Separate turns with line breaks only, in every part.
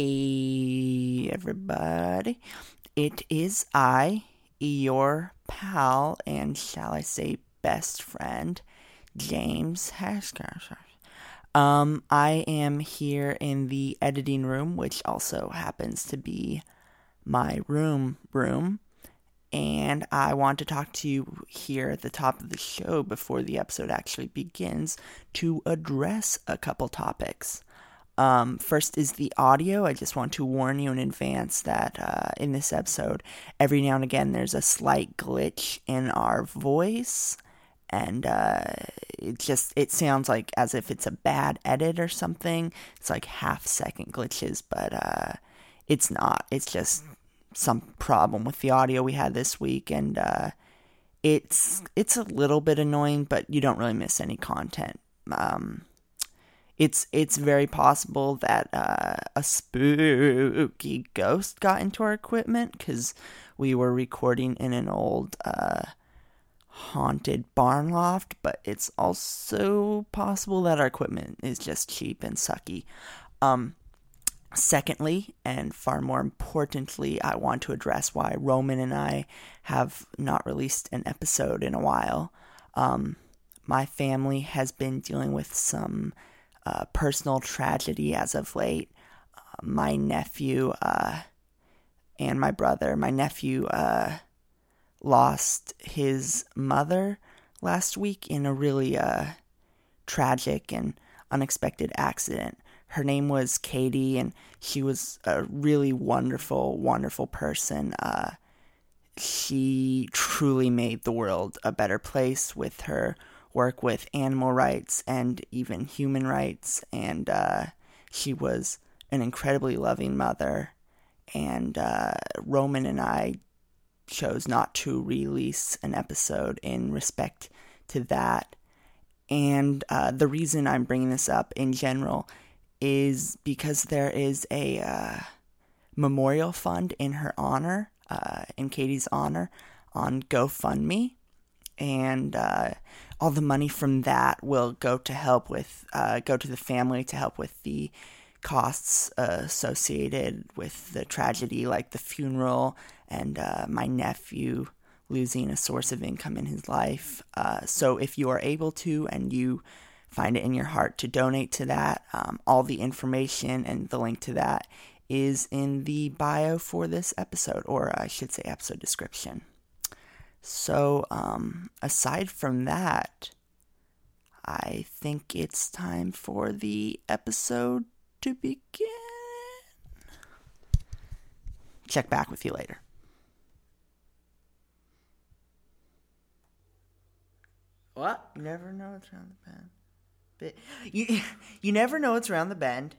Hey, everybody. It is I, your pal, and shall I say best friend, James Hashcash. Um, I am here in the editing room, which also happens to be my room room. And I want to talk to you here at the top of the show before the episode actually begins to address a couple topics. Um, first is the audio. I just want to warn you in advance that uh, in this episode, every now and again, there's a slight glitch in our voice, and uh, it just it sounds like as if it's a bad edit or something. It's like half second glitches, but uh, it's not. It's just some problem with the audio we had this week, and uh, it's it's a little bit annoying, but you don't really miss any content. Um, it's it's very possible that uh, a spooky ghost got into our equipment because we were recording in an old uh, haunted barn loft, but it's also possible that our equipment is just cheap and sucky. Um, Secondly, and far more importantly, I want to address why Roman and I have not released an episode in a while. Um, my family has been dealing with some uh, personal tragedy as of late. Uh, my nephew uh, and my brother, my nephew uh, lost his mother last week in a really uh, tragic and unexpected accident. Her name was Katie, and she was a really wonderful, wonderful person. Uh, she truly made the world a better place with her work with animal rights and even human rights. And uh, she was an incredibly loving mother. And uh, Roman and I chose not to release an episode in respect to that. And uh, the reason I'm bringing this up in general is because there is a uh, memorial fund in her honor, uh, in Katie's honor, on GoFundMe. And uh, all the money from that will go to help with, uh, go to the family to help with the costs uh, associated with the tragedy, like the funeral and uh, my nephew losing a source of income in his life. Uh, so if you are able to and you find it in your heart to donate to that, um, all the information and the link to that is in the bio for this episode, or I should say episode description. So, um, aside from that, I think it's time for the episode to begin. Check back with you later.
What?
You never know what's around the bend. But you, you never know what's around the bend.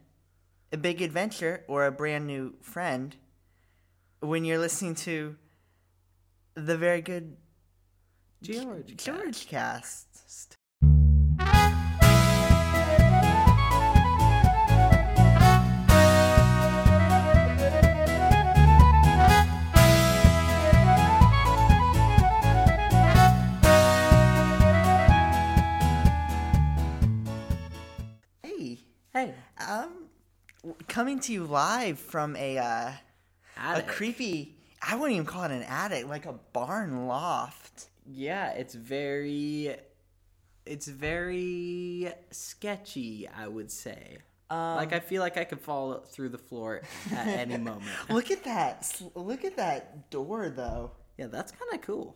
A big adventure or a brand new friend. When you're listening to the very good
George.
George cast. Hey,
Hey.
um, w- coming to you live from a uh, a
Attic.
creepy. I wouldn't even call it an attic, like a barn loft.
yeah, it's very it's very sketchy, I would say. like
Um,
I feel like I could fall through the floor at any moment.
Look at that! s- Look at that door, though.
Yeah, that's kind of cool.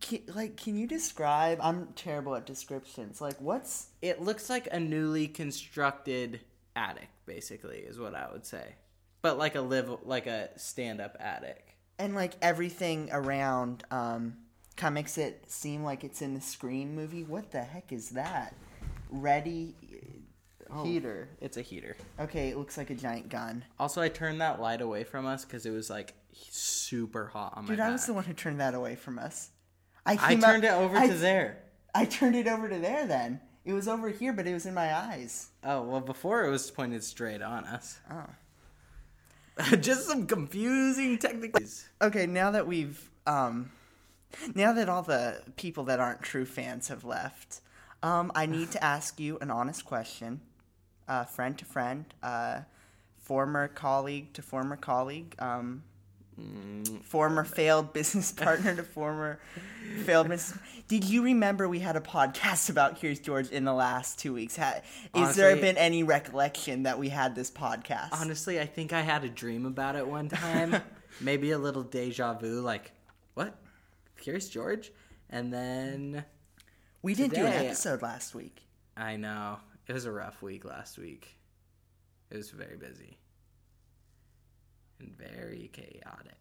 Can, like, can you describe? I'm terrible at descriptions. Like, what's
It looks like a newly constructed attic basically is what I would say. But like a live like a stand-up attic.
and like everything around um, kind of makes it seem like it's in the Scream movie. What the heck is that? Ready uh,
Oh.
heater.
It's a heater.
Okay, it looks like a giant gun.
Also, I turned that light away from us cuz it was like super hot on my
Dude, I was
back.
the one who turned that away from us. I,
Uh. I
came up-
turned it over
I-
to there.
I turned it over to there. Then it was over here, but it was in my eyes.
Oh well, before it was pointed straight on us. Oh, just some confusing technicalities.
Okay, now that we've um now that all the people that aren't true fans have left, um I need to ask you an honest question. Uh friend to friend, uh former colleague to former colleague, um,
Mm.
former failed business partner to former failed business. Did you remember we had a podcast about Here's George in the last two weeks? Ha- Is there
Honestly-
been any recollection that we had this podcast?
Honestly, I think I had a dream about it one time. Maybe a little deja vu, like, what? Here's George? And then,
we didn't do an
today-
episode last week.
I know, it was a rough week last week. It was very busy and very chaotic.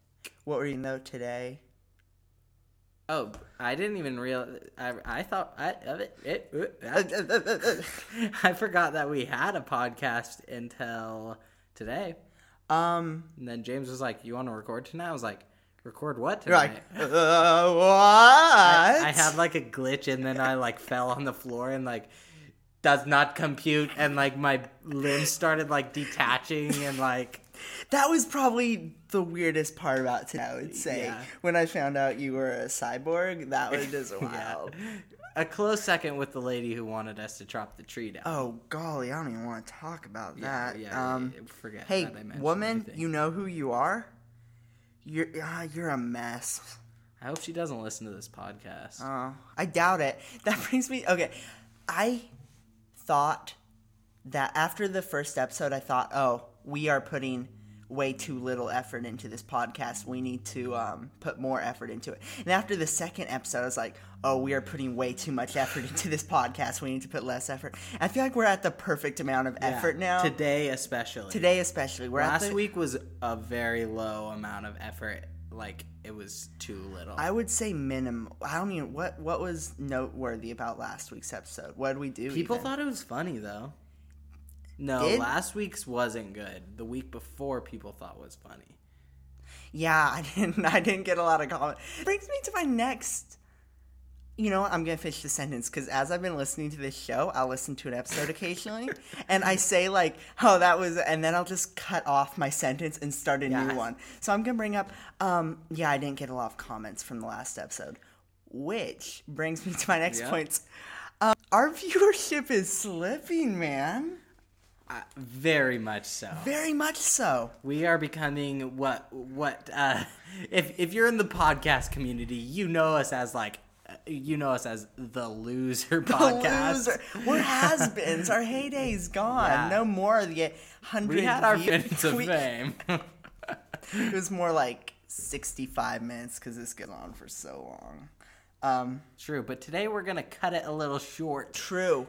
What were you know today?
Oh, I didn't even real. I, I thought I of it, it. uh, I forgot that we had a podcast until today,
Um,
and then James was like, "You want to record tonight?" I was like, "Record what
you're
tonight?"
like, uh, what?
I had like a glitch, and then I like fell on the floor and like does not compute, and like my limbs started like detaching, and like
That was probably the weirdest part about today, I would say.
Yeah.
When I found out you were a cyborg, that was just wild.
a close second with the lady who wanted us to chop the tree down.
Oh, golly, I don't even want to talk about that.
yeah,
um,
I forget.
hey,
that I mentioned
woman,
anything.
you know who you are? You're, ah, you're a mess.
I hope she doesn't listen to this podcast.
Oh, I doubt it. That brings me. Okay. I thought that after the first episode, I thought, oh, we are putting way too little effort into this podcast. We need to um, put more effort into it. And after the second episode, I was like, oh, we are putting way too much effort into this podcast. We need to put less effort. I feel like we're at the perfect amount of effort now.
Today, especially.
Today, especially. We're at
Last
the,
week was a very low amount of effort. Like, it was too little.
I would say minimum. I don't even. What, what was noteworthy about last week's episode? What did we do?
People
even?
thought it was funny, though. No,
Did?
last week's wasn't good. The week before, people thought was funny.
Yeah, I didn't. I didn't get a lot of comment. Brings me to my next. You know, what, I'm gonna finish the sentence because as I've been listening to this show, I'll listen to an episode occasionally, and I say like, "Oh, that was," and then I'll just cut off my sentence and start a
Yes.
new one. So I'm gonna bring up. Um, yeah, I didn't get a lot of comments from the last episode, which brings me to my next
Yeah.
point. Um, our viewership is slipping, man.
I, very much so.
Very much so.
We are becoming what what uh, if if you're in the podcast community, you know us as like uh, you know us as the loser podcast.
Loser. We're has-beens. our heyday's gone.
Yeah.
No more of the hundred.
We had our
view-
minutes of
we-
fame.
It was more like sixty-five minutes because this goes on for so long. Um,
True, but today we're gonna cut it a little short.
true.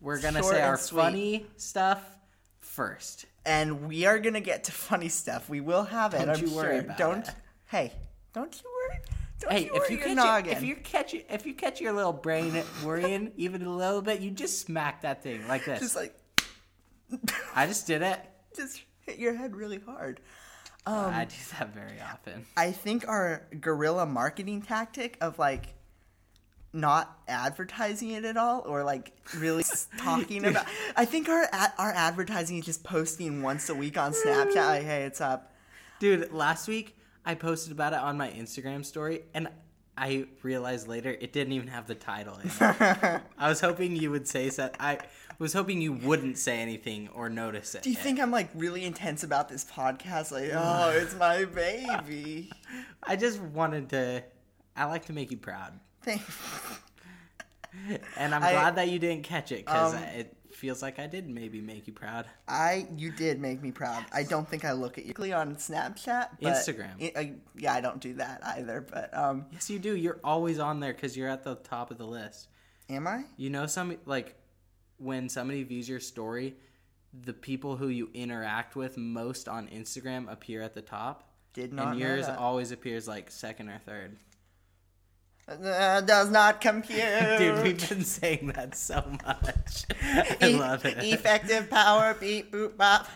We're gonna
Short
say
and
our
sweet.
funny stuff first.
And we are gonna get to funny stuff. We will have it.
Don't
I'm
you worry
sure.
about
don't.
it.
Hey, don't you worry. Don't
Hey,
you worry
if you
your
catch
noggin.
your, if you catch your- if you catch your little brain worrying even a little bit, you just smack that thing like this.
just like
I just did it.
just hit your head really hard. um,
I do that very often.
I think our guerrilla marketing tactic of like not advertising it at all or like really s- talking about I think our ad- our advertising is just posting once a week on Snapchat like hey it's up
Dude, last week I posted about it on my Instagram story and I realized later it didn't even have the title in it. I was hoping you would say that. I was hoping you wouldn't say anything or notice it.
do you think I'm like really intense about this podcast like oh it's my baby
I just wanted to. I like to make you proud,
Thank-
and I'm
I-
glad that you didn't catch it because
Um,
it feels like I did maybe make you proud.
I you did make me proud I don't think I look at you on Snapchat but
Instagram.
I- I- yeah I don't do that either but um
Yes, you do. You're always on there because you're at the top of the list.
am I
You know, some like when somebody views your story, the people who you interact with most on Instagram appear at the top,
did not
and
know
yours
that.
always appears like second or third.
Uh, does not compute.
Dude, we've been saying that so much. I
E-
love it.
Effective power beat boop bop.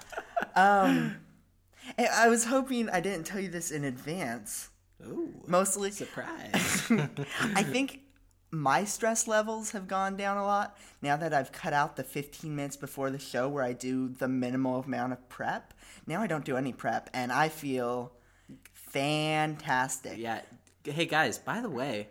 Um, and I was hoping I didn't tell you this in advance.
Ooh,
Mostly,
surprise.
I think my stress levels have gone down a lot now that I've cut out the 15 minutes before the show where I do the minimal amount of prep. Now I don't do any prep, and I feel fantastic.
Yeah. Hey guys, by the way,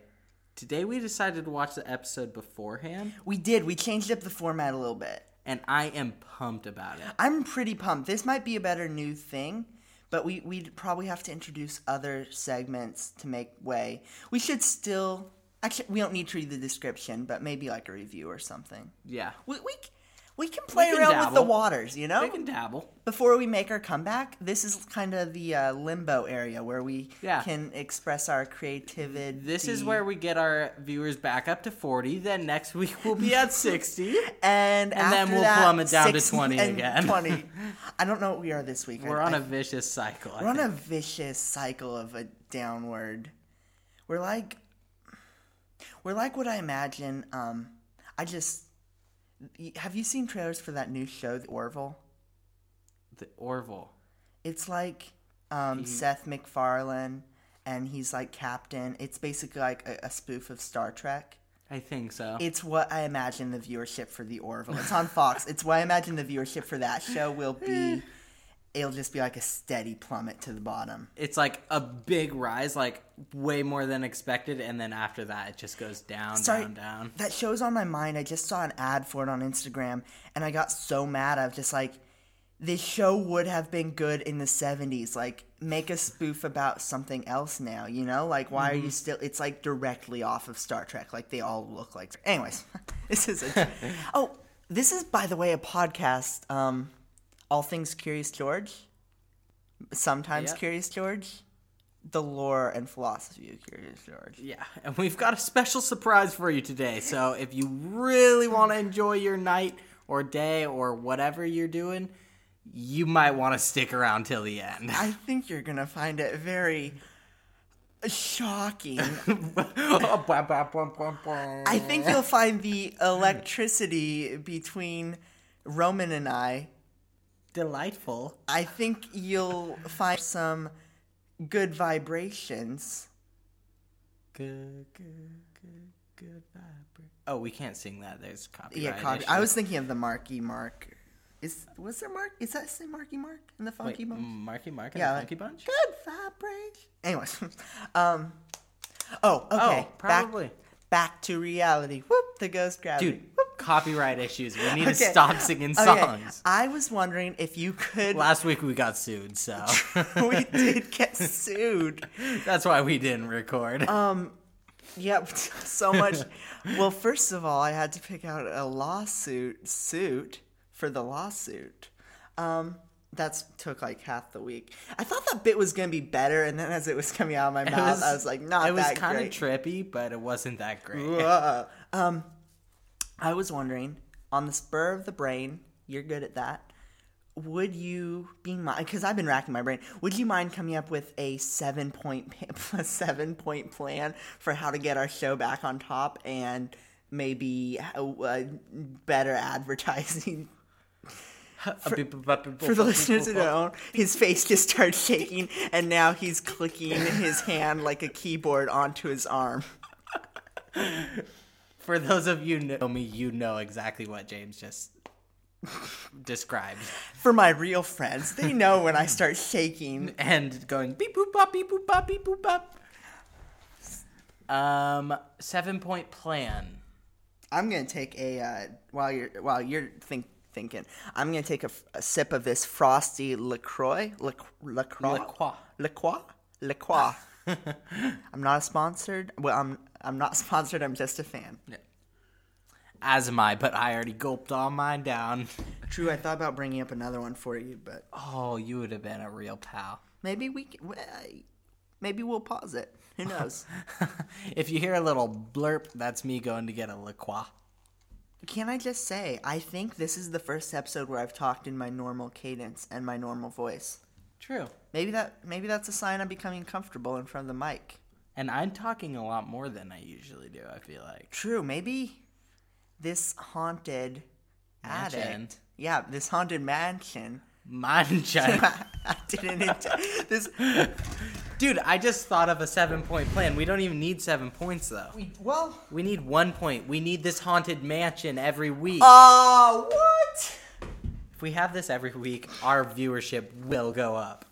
today we decided to watch the episode beforehand.
We did. We changed up the format a little bit.
and I am pumped about it.
I'm pretty pumped. This might be a better new thing, but we we'd probably have to introduce other segments to make way. We should still actually we don't need to read the description, but maybe like a review or something.
Yeah.
We we c- we can play
can
around with the
dabble.
waters, you know.
We can dabble.
Before we make our comeback, this is kind of the uh, limbo area where we
Yeah.
can express our creativity.
This is where we get our viewers back up to 40. Then next week we'll be at 60.
and,
then
after
we'll
that,
plummet down to
60
20
and
again.
20. I don't know what we are this week.
We're
I,
on
I
a vicious cycle. I
We're on
think.
a vicious cycle of a downward. We're like, we're like what I imagine. Um, I just y- have you seen trailers for that new show, The Orville?
the Orville.
It's like um, Seth MacFarlane, and he's like captain. It's basically like a, a spoof of Star Trek.
I think so.
It's what I imagine the viewership for The Orville. It's on Fox. it's what I imagine the viewership for that show will be. It'll just be like a steady plummet to the bottom.
it's like a big rise, like way more than expected, and then after that it just goes down,
Sorry,
down, down.
That show's on my mind. I just saw an ad for it on Instagram, and I got so mad. I was just like, this show would have been good in the 70s. Like, make a spoof about something else now, you know? Like, why are you still. It's like directly off of Star Trek. Like, they all look like. Anyways, this is. A, oh, this is, by the way, a podcast. Um, all Things Curious George. Sometimes
Yep.
Curious George. The lore and philosophy of Curious George.
Yeah, and we've got a special surprise for you today. So if you really want to enjoy your night or day or whatever you're doing, you might want to stick around till the end.
I think you're gonna find it very shocking. I
I
think you'll find the electricity between Roman and I.
delightful.
I think you'll find some good vibrations.
Good, good, good, good vibra- Oh, we can't sing that. There's copyright.
Yeah, copy.
issues.
I was thinking of the Marky Mark. Is was there Mark? Is that say Marky Mark in the
Wait,
Funky Bunch?
Marky Mark and
Yeah,
the
like-
Funky Bunch.
Good vibration. Anyways, um, oh okay.
probably.
Back, back to reality. Whoop! The ghost gravity.
Dude, copyright issues. We need to
Okay.
stop singing
Okay,
songs.
I was wondering if you could.
Last week we got sued, so
we did get sued.
that's why we didn't record.
Oh, Yep, so much. Well, first of all, I had to pick out a lawsuit suit for the lawsuit. Um, that's took like half the week. I thought that bit was gonna be better, and then as it was coming out of my mouth, I was like, "Not
it was
that
kind
great."
of trippy, but it wasn't that great.
Whoa. Um, I was wondering, on the spur of the brain, you're good at that. Would you be mind? Because I've been racking my brain. Would you mind coming up with a seven point pa- a seven point plan for how to get our show back on top and maybe how, uh, better advertising
For
for the listeners who don't? His face just started shaking, and now he's clicking his hand like a keyboard onto his arm.
for those of you who know me, you know exactly what James just described,
For my real friends, they know when I start shaking.
and going beep boop bop beep boop bop beep boop bop. Um, seven point plan.
I'm gonna take a uh, while you're while you're think thinking. I'm gonna take a, f- a sip of this frosty Lacroix, Lac- Lacroix,
Lacroix.
Lacroix, Lacroix. I'm not sponsored. Well, I'm I'm not sponsored. I'm just a fan.
As am I, but I already gulped all mine down.
True. I thought about bringing up another one for you, but
Oh, you would have been a real pal.
maybe we c- w- I- maybe we'll pause it. Who knows?
if you hear a little blurp, that's me going to get a LaCroix.
Can I just say I think this is the first episode where I've talked in my normal cadence and my normal voice.
True.
Maybe that maybe that's a sign I'm becoming comfortable in front of the mic.
And I'm talking a lot more than I usually do, I feel like.
True. Maybe this haunted attic.
Mansion.
Yeah, this haunted mansion.
Mancha.
I didn't. int- this.
Dude, I just thought of a seven point plan. We don't even need seven points, though.
We, well.
We need one point. We need this haunted mansion every week.
Uh, what?
If we have this every week, our viewership will go up.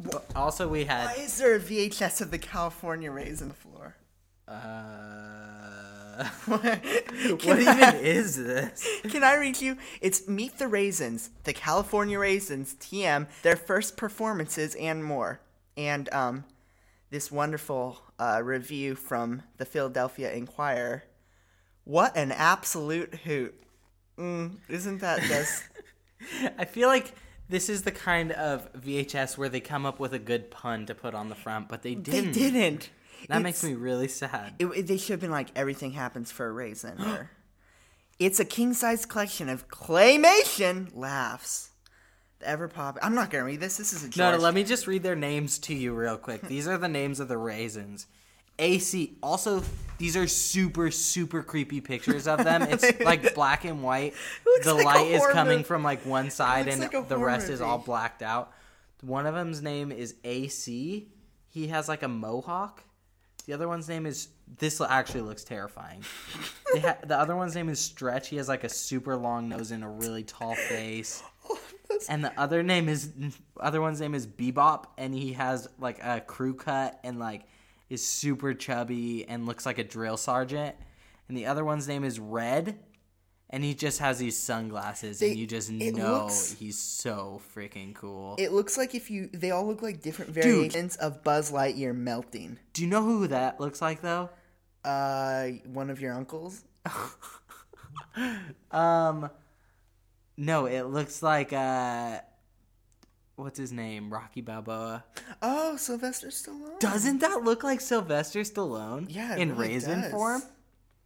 But also, we
Why
had.
is there a VHS of the California Rays on the floor?
Uh, what even is this?
Can I read you? It's Meet the Raisins, the California Raisins, TM, their first performances and more. And um, this wonderful uh, review from the Philadelphia Inquirer. What an absolute hoot. Mm, isn't that just.
I feel like this is the kind of VHS where they come up with a good pun to put on the front, but they
they
didn't.
didn't.
That makes me really sad.
It, it- they should have been like everything happens for a reason. Or it's a king size collection of claymation laughs. The ever pop. I'm not gonna read this. This is a
No,
George.
no, let me just read their names to you real quick. These are the names of the raisins. AC. Also, these are super, super creepy pictures of them. It's like black and white.
looks
the
like a
light is
horror
coming
movie.
from like one side
looks
and
like a
the
horror
rest is all
movie.
blacked out. One of them's name is AC. He has like a mohawk. The other one's name is. This actually looks terrifying. They ha- the other one's name is Stretch. He has like a super long nose and a really tall face. And the other name is other one's name is Bebop, and he has like a crew cut and like is super chubby and looks like a drill sergeant. And the other one's name is Red, and he just has these sunglasses,
They-
and you just
it
know
looks-
he's so freaking cool.
It looks like if you. They all look like different variations of Buzz Lightyear melting.
Do you know who that looks like though?
Uh, one of your uncles.
Um, no, it looks like uh, what's his name? Rocky Balboa.
Oh, Sylvester Stallone.
Doesn't that look like Sylvester Stallone?
Yeah, it
in
really
raisin
does.
form.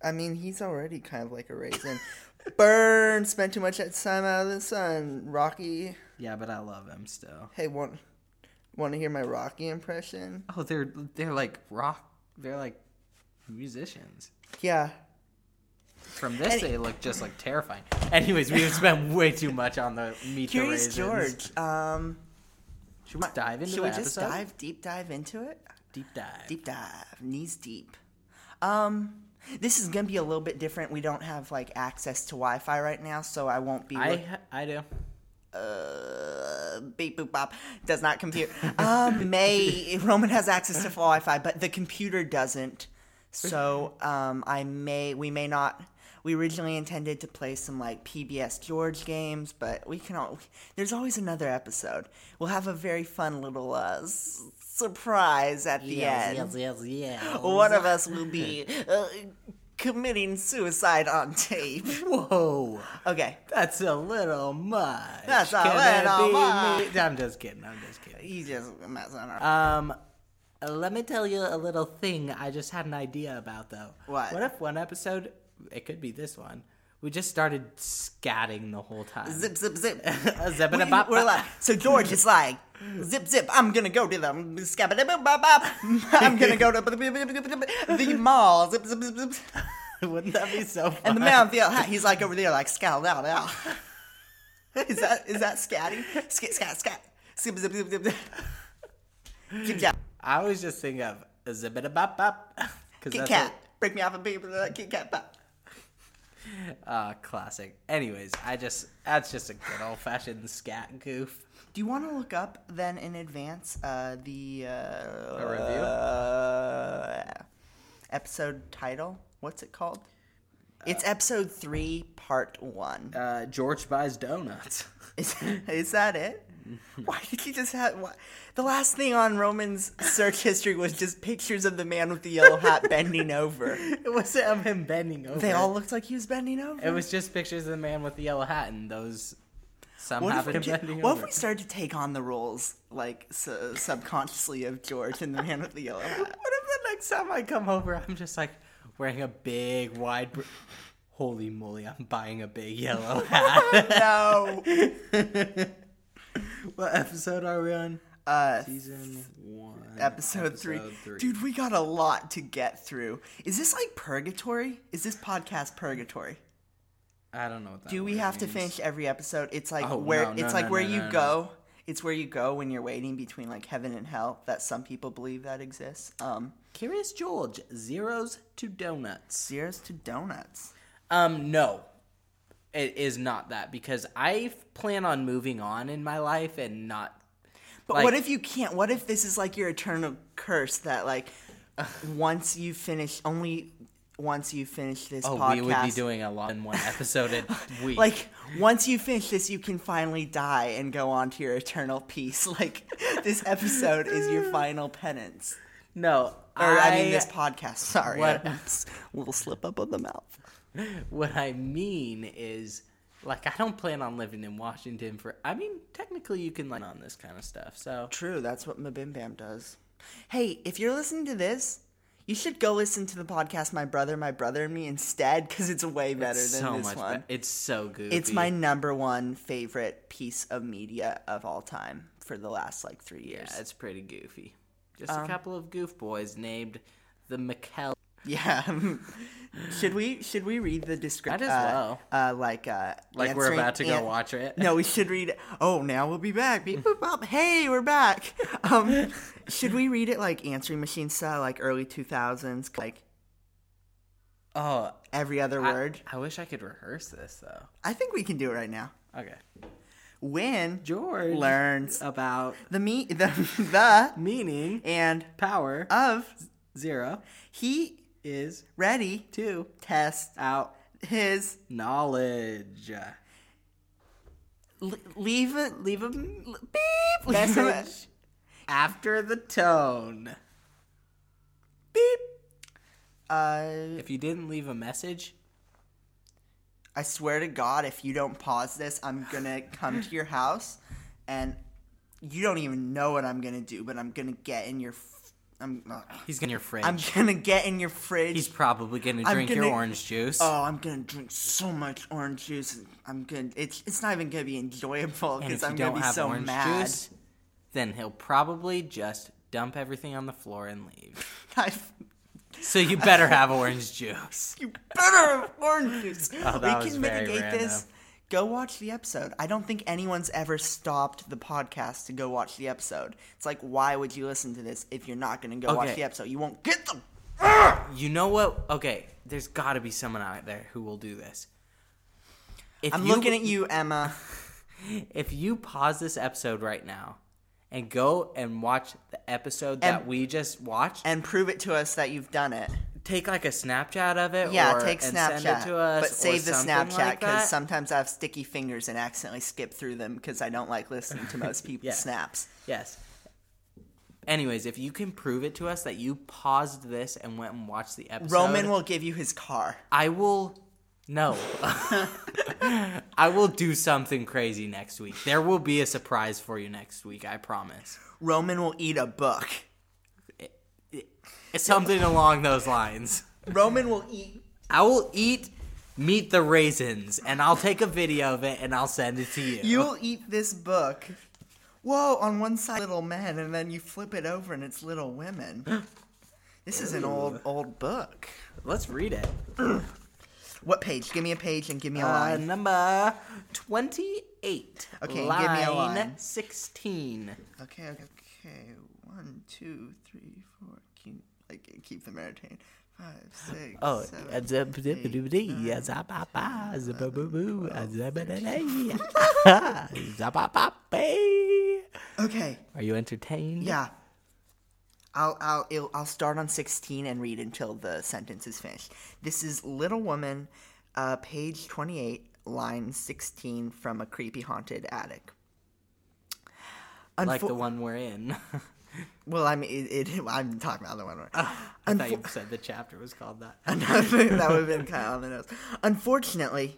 I mean, he's already kind of like a raisin. Burn. Spent too much time out of the sun. Rocky.
Yeah, but I love him still.
Hey, want want to hear my Rocky impression?
Oh, they're they're like rock. They're like musicians.
Yeah.
From this, they look just like terrifying. Anyways, we've spent way too much on the meat.
Curious
the Raisins.
George. Um,
Should we dive into
should
the
we just
episode?
dive deep dive into it?
Deep dive.
Deep dive, knees deep. Um, this is gonna be a little bit different. We don't have like access to Wi-Fi right now, so I won't be.
I ha- I do.
uh, beep boop bop does not compute. Um, May Roman has access to Wi-Fi, but the computer doesn't. So um, I may we may not. We originally intended to play some like PBS George games, but we can all. There's always another episode. We'll have a very fun little uh, s- surprise at the end.
yes, yes.
One of us will be uh, committing suicide on tape.
Whoa,
Okay.
that's a little much.
That's a
it
little
be
much.
me? I'm just kidding. I'm just kidding.
He's just messing around.
Um, let me tell you a little thing I just had an idea about though.
What?
What if one episode? It could be this one. We just started scatting the whole time.
zip zip zip.
A zip and
we,
a bop
are
bop.
like, so George is like, zip zip. I'm gonna go to the scabba-dabba-bop-bop. I'm gonna go to the mall. Zip zip zip zip.
Wouldn't that be so fun?
And the man on the other, he's like over there, like scowl out out. Is that is that scatting? Skit scat scat. Zip zip zip zip. zip. Zip zap.
I always just think of a zip and a bop bop.
Kit
'cause that's
Kat. Break me off a big Kit Kat pop.
a- uh, classic. Anyways, I just that's just a good old fashioned scat goof.
Do you want to look up then in advance uh, the uh, a
review?
uh, episode title? What's it called? it's episode three, part one.
Uh, George buys donuts.
Is, is that it? Why did you just have why? the last thing on Roman's search history was just pictures of the man with the yellow hat bending over.
it wasn't of him bending over.
They all looked like he was bending over.
It was just pictures of the man with the yellow hat, and those some
What if,
have
we
him
ju-
bending
what if
over.
we started to take on the roles, like su- subconsciously, of George and the man with the yellow hat?
What if the next time I come over, I'm just like wearing a big wide. Br- Holy moly! I'm buying a big yellow hat.
Oh, No.
what episode are we on?
Uh,
Season one.
episode, three. Dude, we got a lot to get through. Is this like purgatory? Is this podcast purgatory?
I don't know. What that
Do we
word
have to
means.
finish every episode? It's like
Oh,
where
no, no,
it's like
no,
where
no,
you
no, no.
go. It's where you go when you're waiting between like heaven and hell. That some people believe that exists. Um,
Curious George zeros to donuts.
zeros to donuts.
Um, no, it is not that because I plan on moving on in my life and not.
But what if you can't? What if this is like your eternal curse that like once you finish, only once you finish this
Oh,
podcast.
we would be doing a lot in one episode a week.
like once you finish this you can finally die and go on to your eternal peace like this episode is your final penance
no,
or
I,
i, mean this podcast sorry
What-
It's a little slip up of the mouth
What I mean is, like, I don't plan on living in Washington for. I mean, technically, you can like on this kind of stuff. So
true that's what mabim bam does hey if you're listening to this you should go listen to the podcast my brother my brother and me instead because it's way better than
so
this
much.
one
be- It's so good.
it's my number one favorite piece of media of all time for the last like three years
Yeah, it's pretty goofy. Just
Um,
a couple of goof boys named the McKell.
Yeah. should we should we read the description?
Might as well.
Uh, like uh,
Like we're
answering-
about to go
an-
watch it.
No, we should read. Oh, now we'll be back. Beep, boop, bop. Hey, we're back. Um, should we read it like answering machine style, like early two thousands, like
Oh,
every other
I-
word?
I wish I could rehearse this though.
I think we can do it right now.
Okay.
When
George uh,
learns
about
the me the the
meaning
and
power
of
zero
he
is
ready to
to
test
out
his
knowledge.
l- leave a
Leave a m-
beep
message after the tone.
beep. Uh.
If you didn't leave a message,
I swear to God, if you don't pause this, I'm gonna come to your house, and you don't even know what I'm gonna do, but I'm gonna get in your, f- I'm, ugh.
he's gonna your fridge.
I'm gonna get in your fridge.
he's probably gonna
I'm
drink your
gonna-
orange juice.
oh, I'm gonna drink so much orange juice. and I'm gonna. It's it's not even gonna be enjoyable
and if
because
you
I'm
don't
gonna be
have
so
orange
mad.
juice, then he'll probably just dump everything on the floor and leave.
I,
So you better have orange juice.
you better have orange juice.
Oh, that
we
was
can
very
mitigate this.
random.
Go watch the episode. I don't think anyone's ever stopped the podcast to go watch the episode. It's like, why would you listen to this if you're not going to go watch
Okay.
the episode? You won't get them.
You know what? Okay, there's got to be someone out there who will do this. If
I'm looking at you, Emma.
If you pause this episode right now and go and watch the episode that
And-
we just watched,
And prove it to us that you've done it.
take like a Snapchat of it.
Yeah,
or,
take
and
Snapchat.
send it to us,
but
or
save the
something
Snapchat
like
because
that.
sometimes I have sticky fingers and accidentally skip through them because I don't like listening to most people's
Yeah.
snaps.
Yes. Anyways, if you can prove it to us that you paused this and went and watched the episode,
Roman will give you his car.
I will. No. I will do something crazy next week. There will be a surprise for you next week, I promise.
Roman will eat a book.
Something along those lines.
Roman will eat
I will eat meat the raisins and I'll take a video of it and I'll send it to you.
You'll eat this book. Whoa, on one side little men and then you flip it over and it's little women. This is an old old book.
Let's read it.
What page? Give me a page and give me a
Uh,
line.
number 28.
Okay, give me a
line
line.
16.
Okay, okay, okay. One, two, three, four. Keep like keep them entertained. Five, six,
Oh,
seven,
uh, zip, zip,
eight,
doop, dee, uh, zap, bop, bop, zip, boo, boo, boo, uh, zip, a, da, day. Zap, bop, bop, bay.
Okay,
Are you entertained?
yeah. I'll I'll it'll, I'll start on sixteen and read until the sentence is finished. This is Little Woman, uh, page twenty eight, line sixteen from a creepy haunted attic.
Like
Unfo-
the one we're in.
Well, I mean, it, it, I'm talking about the one. where-
I thought you said the chapter was called that.
Another, that would have been kind of on the nose. Unfortunately,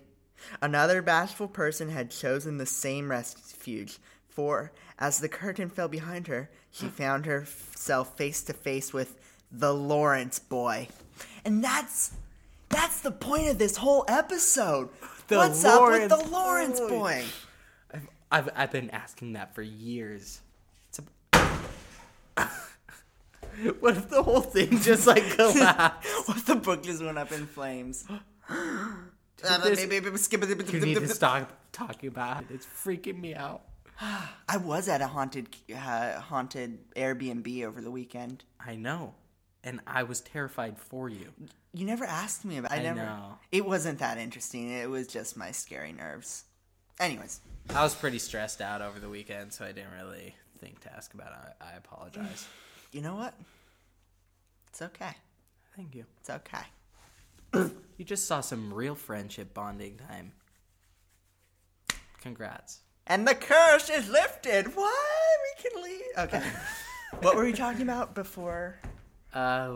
another bashful person had chosen the same refuge, for as the curtain fell behind her, she found herself face to face with the Lawrence boy, and that's that's the point of this whole episode.
The
What's up with
Lawrence
the Lawrence
boy.
boy?
I've, I've been asking that for years. It's a... what if the whole thing just like collapsed?
what if the book just went up in flames? Uh,
you need to stop talking about it. It's freaking me out.
I was at a haunted uh, haunted Airbnb over the weekend.
I know. And I was terrified for you.
You never asked me about. I, never.
know.
It wasn't that interesting. It was just my scary nerves. Anyways,
I was pretty stressed out over the weekend, so I didn't really think to ask about it. I I apologize.
you know what? It's okay.
Thank you.
It's okay.
you just saw some real friendship bonding time. Congrats.
And the curse is lifted. Why we can leave? Okay. what were we talking about before?
Uh,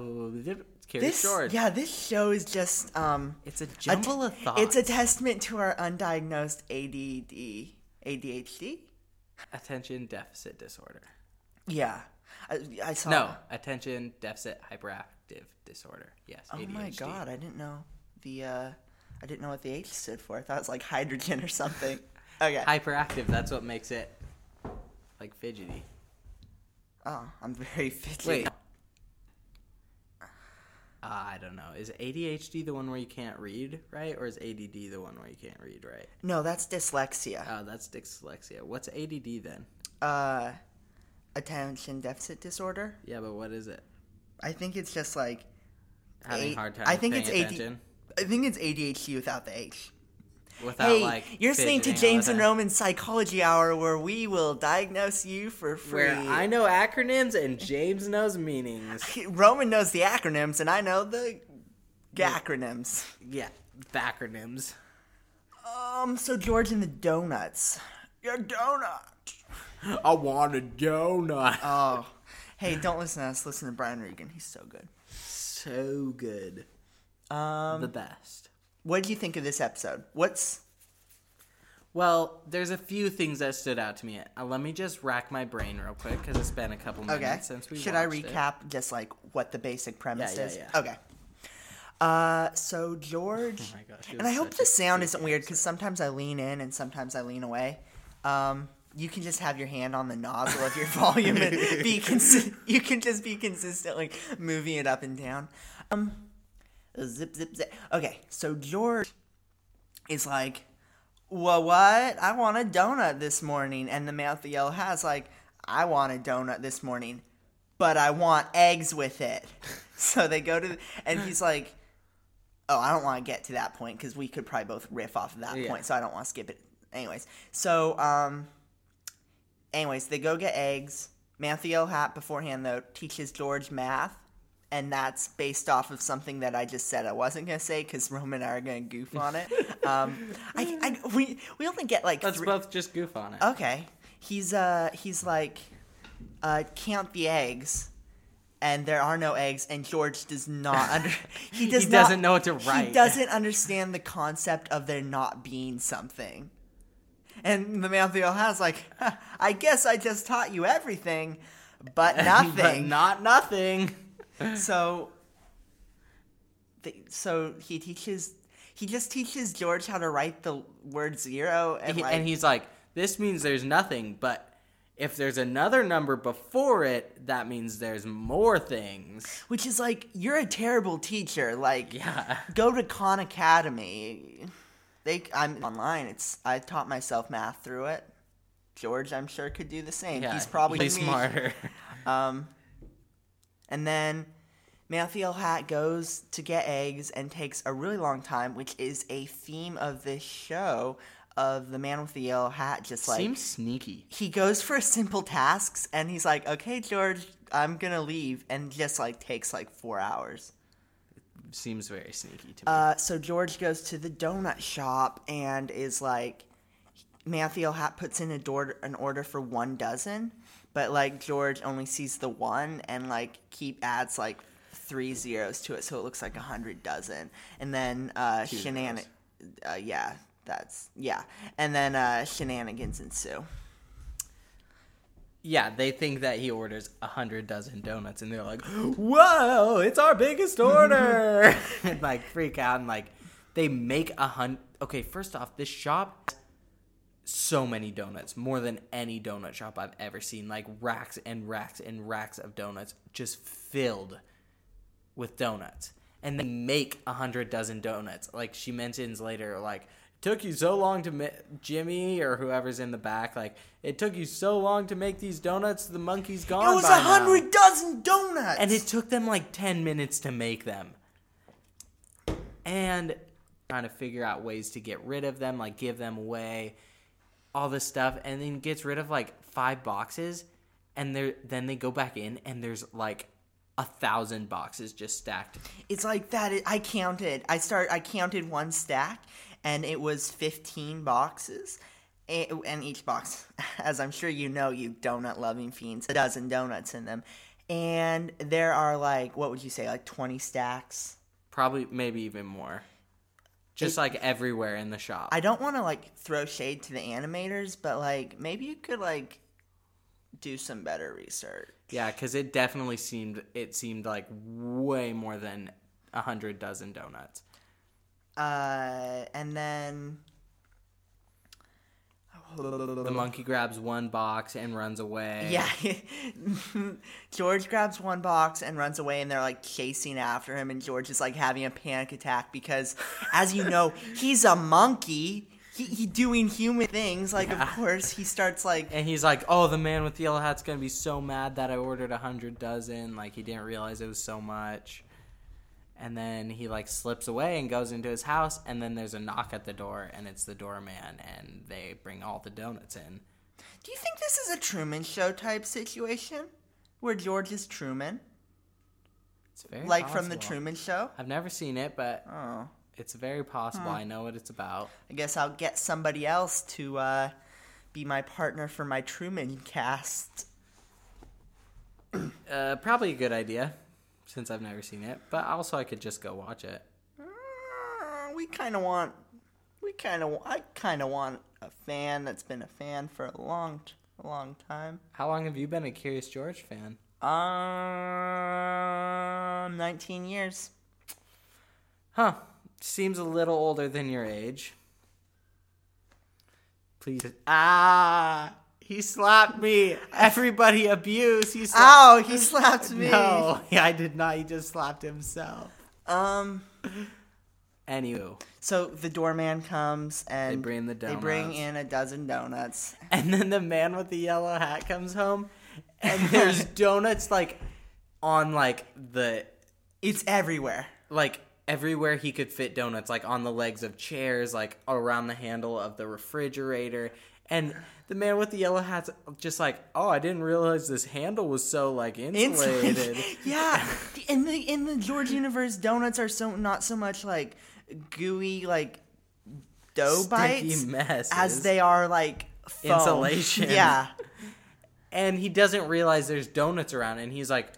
Carrie
This
Short.
yeah, this show is just um.
It's a
a t-
jumble of thoughts.
It's a testament to our undiagnosed ADD, ADHD.
attention deficit disorder.
Yeah, I, I saw.
No, attention deficit hyperactive disorder. Yes.
Oh my god, I didn't know the. uh I didn't know what the H stood for. I thought it was like hydrogen or something. Okay.
Hyperactive. That's what makes it like fidgety.
oh, I'm very fidgety.
Wait. Uh, I don't know. Is ADHD the one where you can't read right, or is ADD the one where you can't read right?
No, that's dyslexia.
Oh, that's dyslexia. What's ADD then?
Uh, attention deficit disorder.
Yeah, but what is it?
I think it's just like
Having
A-
a hard time.
I think
paying
it's AD
attention
I think it's ADHD without the H.
without
hey,
like.
you're listening to
fidgeting all
James
the
and
time.
Roman's Psychology Hour, where we will diagnose you for free.
Where I know acronyms and James knows meanings.
Roman knows the acronyms, and I know the acronyms.
Yeah, acronyms.
Um, so George and the donuts. Your donut.
I want a donut.
Oh, hey, don't listen to us. Listen to Brian Regan. He's so good.
so good.
Um,
the best.
what did you think of this episode? What's
Well, there's a few things that stood out to me. Uh, let me just rack my brain real quick because it's been a couple minutes
okay?
since we
Should I
watched it.
recap just like what the basic premise
yeah,
is?
yeah.
Okay. Uh, so George,
Oh my gosh, it
and
was
I hope
such
the
a
sound
creepy
isn't weird because sometimes I lean in and sometimes I lean away. Um, you can just have your hand on the nozzle of your volume and be consi- you can just be consistently moving it up and down. Um, zip zip zip. Okay, so George is like, well, what? I want a donut this morning, and the man at the yellow hat's like, I want a donut this morning, but I want eggs with it. so they go to, the, and he's like, oh, I don't want to get to that point because we could probably both riff off of that
Yeah.
point, so I don't want to skip it. Anyways, so um, anyways, they go get eggs. Matthew Hat beforehand though teaches George math, and that's based off of something that I just said I wasn't gonna say because Roman and I are gonna goof on it. Um, I, I we we only get like
Let's
three- Oh,
both just goof on it.
okay. He's uh he's like uh count the eggs, and there are no eggs, and George does not under he does
He
not,
doesn't know what to
He
write.
doesn't understand the concept of there not being something. And the man with the old hat's like, "Huh, I guess I just taught you everything, but
But
nothing.
not nothing.
so, they, so he teaches. He just teaches George how to write the word zero, and
He-
like,
and he's like, this means there's nothing, but if there's another number before it, that means there's more things.
which is like, you're a terrible teacher. Like,
Yeah.
go to Khan Academy. They, I'm online. It's I taught myself math through it. George, I'm sure, could do the same.
Yeah,
he's probably
he's
me.
smarter.
And then Matthew Hat goes to get eggs and takes a really long time, which is a theme of this show of the man with the yellow hat. Just like
Seems sneaky.
he goes for simple tasks, and he's like, "Okay, George, I'm gonna leave," and just like takes like four hours.
Seems very sneaky to me.
Uh, so George goes to the donut shop and is like, Matthew Hat puts in a door, an order for one dozen, but like George only sees the one and like keep adds like three zeros to it, so it looks like a hundred dozen. And then uh, shenan, uh, yeah, that's yeah. And then uh, shenanigans ensue.
Yeah, they think that he orders a hundred dozen donuts, and they're like, "Whoa, it's our biggest order!" and like freak out, and like they make a hundred. Okay, first off, this shop so many donuts, more than any donut shop I've ever seen. Like racks and racks and racks of donuts, just filled with donuts, and they make a hundred dozen donuts. Like she mentions later, like took you so long to ma- Jimmy or whoever's in the back. Like it took you so long to make these donuts. The monkey's gone.
It was
by
a
now."
hundred dozen donuts,
and it took them like ten minutes to make them. And trying to figure out ways to get rid of them, like give them away, all this stuff, and then gets rid of like five boxes, and they then they go back in and there's like a thousand boxes just stacked.
It's like that. I counted. I start. I counted one stack, and it was fifteen boxes, a- and each box, as I'm sure you know, you donut loving fiends, a dozen donuts in them, and there are like what would you say, like twenty stacks.
Probably, maybe even more. Just like everywhere in the shop.
I don't want to like throw shade to the animators, but like maybe you could like do some better research.
yeah, because it definitely seemed it seemed like way more than a hundred dozen donuts.
Uh, and then oh,
The monkey grabs one box and runs away.
Yeah. George grabs one box and runs away, and they're like chasing after him. And George is like having a panic attack because, as you know, he's a monkey. He, he doing human things. Like, of course, he starts like,
And he's like, "Oh, the man with the yellow hat's gonna be so mad that I ordered a hundred dozen. Like he didn't realize it was so much." And then he like slips away and goes into his house. And then there's a knock at the door, and it's the doorman, and they bring all the donuts in.
do you think this is a Truman Show type situation where George is Truman,
It's very
like from the
possible.
Truman Show?
I've never seen it, but
Oh,
it's very possible. I know what it's about.
I guess I'll get somebody else to uh, be my partner for my Truman cast.
Uh, probably a good idea, since I've never seen it. But also, I could just go watch it.
Uh, we kind of want we kind of i kind of want a fan that's been a fan for a long t- a long time
How long have you been a Curious George fan?
um 19 years
Huh. Seems a little older than your age. Please. Ah! He slapped me! Everybody abuse! He slapped
ow he slapped me
No, I did not. He just slapped himself.
um
Anywho.
so the doorman comes and
bring the
they bring
donuts.
in a dozen donuts
And then the man with the yellow hat comes home, and there's donuts like on like the
it's everywhere
like everywhere he could fit donuts, like on the legs of chairs, like around the handle of the refrigerator. And the man with the yellow hat's just like, oh, I didn't realize this handle was so like insulated.
yeah. In the in the George universe, donuts are so not so much like gooey like dough bites
Sticky messes.
as they are like foam.
Insulation.
Yeah.
and he doesn't realize there's donuts around, and he's like,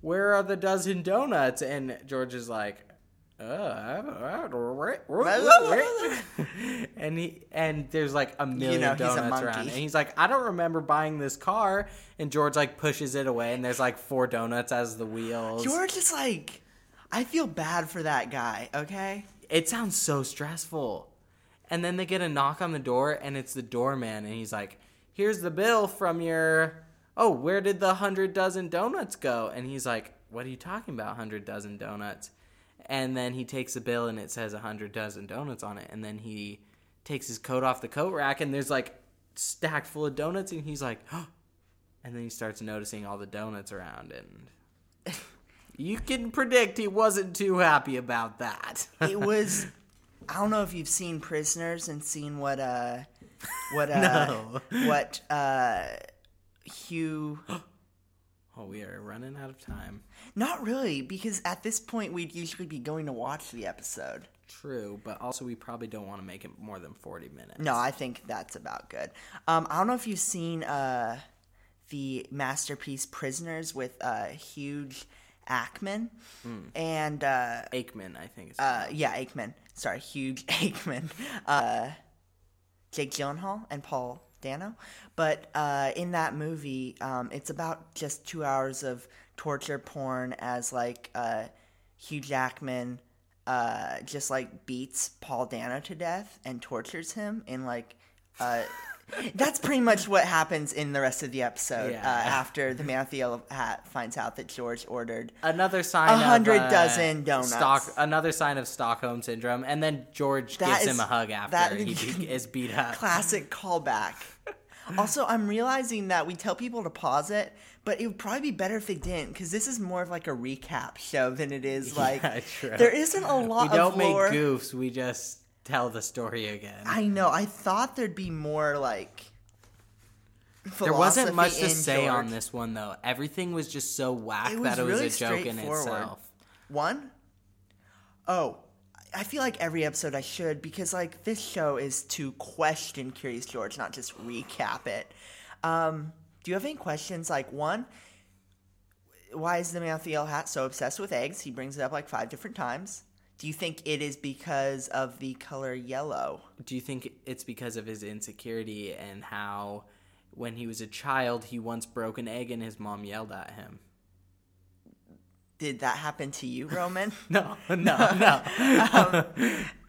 where are the dozen donuts? And George is like. Uh, I don't- I don't- where- where- where- where?" and he and there's like a million
know, he's a
donuts
monkey.
around, and he's like, I don't remember buying this car. And George like pushes it away, and there's like four donuts as the wheels.
George is like I feel bad for that guy, okay?
It sounds so stressful. And then they get a knock on the door, and it's the doorman, and he's like, "Here's the bill from your. Oh, where did the hundred dozen donuts go?" And he's like, "What are you talking about, hundred dozen donuts?" And then he takes the bill, and it says a hundred dozen donuts on it. And then he takes his coat off the coat rack, and there's like stacked full of donuts, and he's like, oh. and then he starts noticing all the donuts around, and you can predict he wasn't too happy about that.
It was I don't know if you've seen Prisoners and seen what uh what uh
No.
what uh Hugh
Oh, we are running out of time.
not really because at this point we'd usually be going to watch the episode.
True, but also we probably don't want to make it more than 40 minutes.
No, I think that's about good. Um, I don't know if you've seen uh, the masterpiece Prisoners with uh, Huge Ackman
Hmm.
and uh,
Aikman, I think. Is
uh, yeah, Aikman. Sorry, Huge Aikman. Uh, Jake Gyllenhaal and Paul Dano. But uh, in that movie, um, it's about just two hours of torture porn as like uh, Hugh Jackman uh, just like beats Paul Dano to death and tortures him in like. Uh, That's pretty much what happens in the rest of the episode
Yeah.
uh, after the man with the yellow hat finds out that George ordered
another sign
a
of,
hundred
uh,
dozen donuts.
Stock, another sign of Stockholm syndrome. And then George
That
gives
is-
him a hug after
that-
he be- is beat up.
classic callback. also, I'm realizing that we tell people to pause it, but it would probably be better if they didn't, because this is more of like a recap show than it is like
true.
there isn't a
we
lot
don't
of lore.
make goofs, we just tell the story again.
I know. I thought there'd be more like
There wasn't
philosophy
much to
in
say on
George.
this one though. Everything was just so whack
It was
that it was
really
a joke in
straightforward.
itself.
One, oh, I feel like every episode I should because like this show is to question Curious George, not just recap it. Um, do you have any questions? Like one, why is the Mathiel hat so obsessed with eggs? He brings it up like five different times. Do you think it is because of the color yellow?
Do you think it's because of his insecurity and how when he was a child he once broke an egg and his mom yelled at him?
Did that happen to you, Roman?
No, no, no.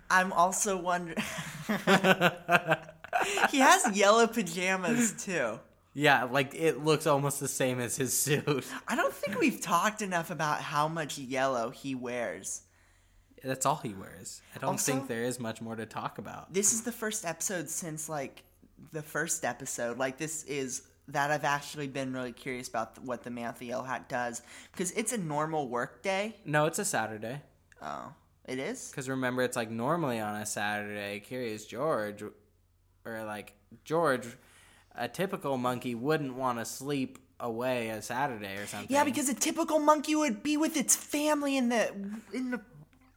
I'm also wondering. he has yellow pajamas too.
yeah, like it looks almost the same as his suit.
I don't think we've talked enough about how much yellow he wears.
That's all he wears. I don't
Also-
think there is much more to talk about.
This is the first episode since like the first episode. Like this is that I've actually been really curious about th- what the Manthiel hat does because it's a normal work day.
No, it's a Saturday.
Oh, it is.
Because remember, it's like normally on a Saturday, Curious George, or like George, a typical monkey wouldn't want to sleep away a Saturday or something.
Yeah, because a typical monkey would be with its family in the in the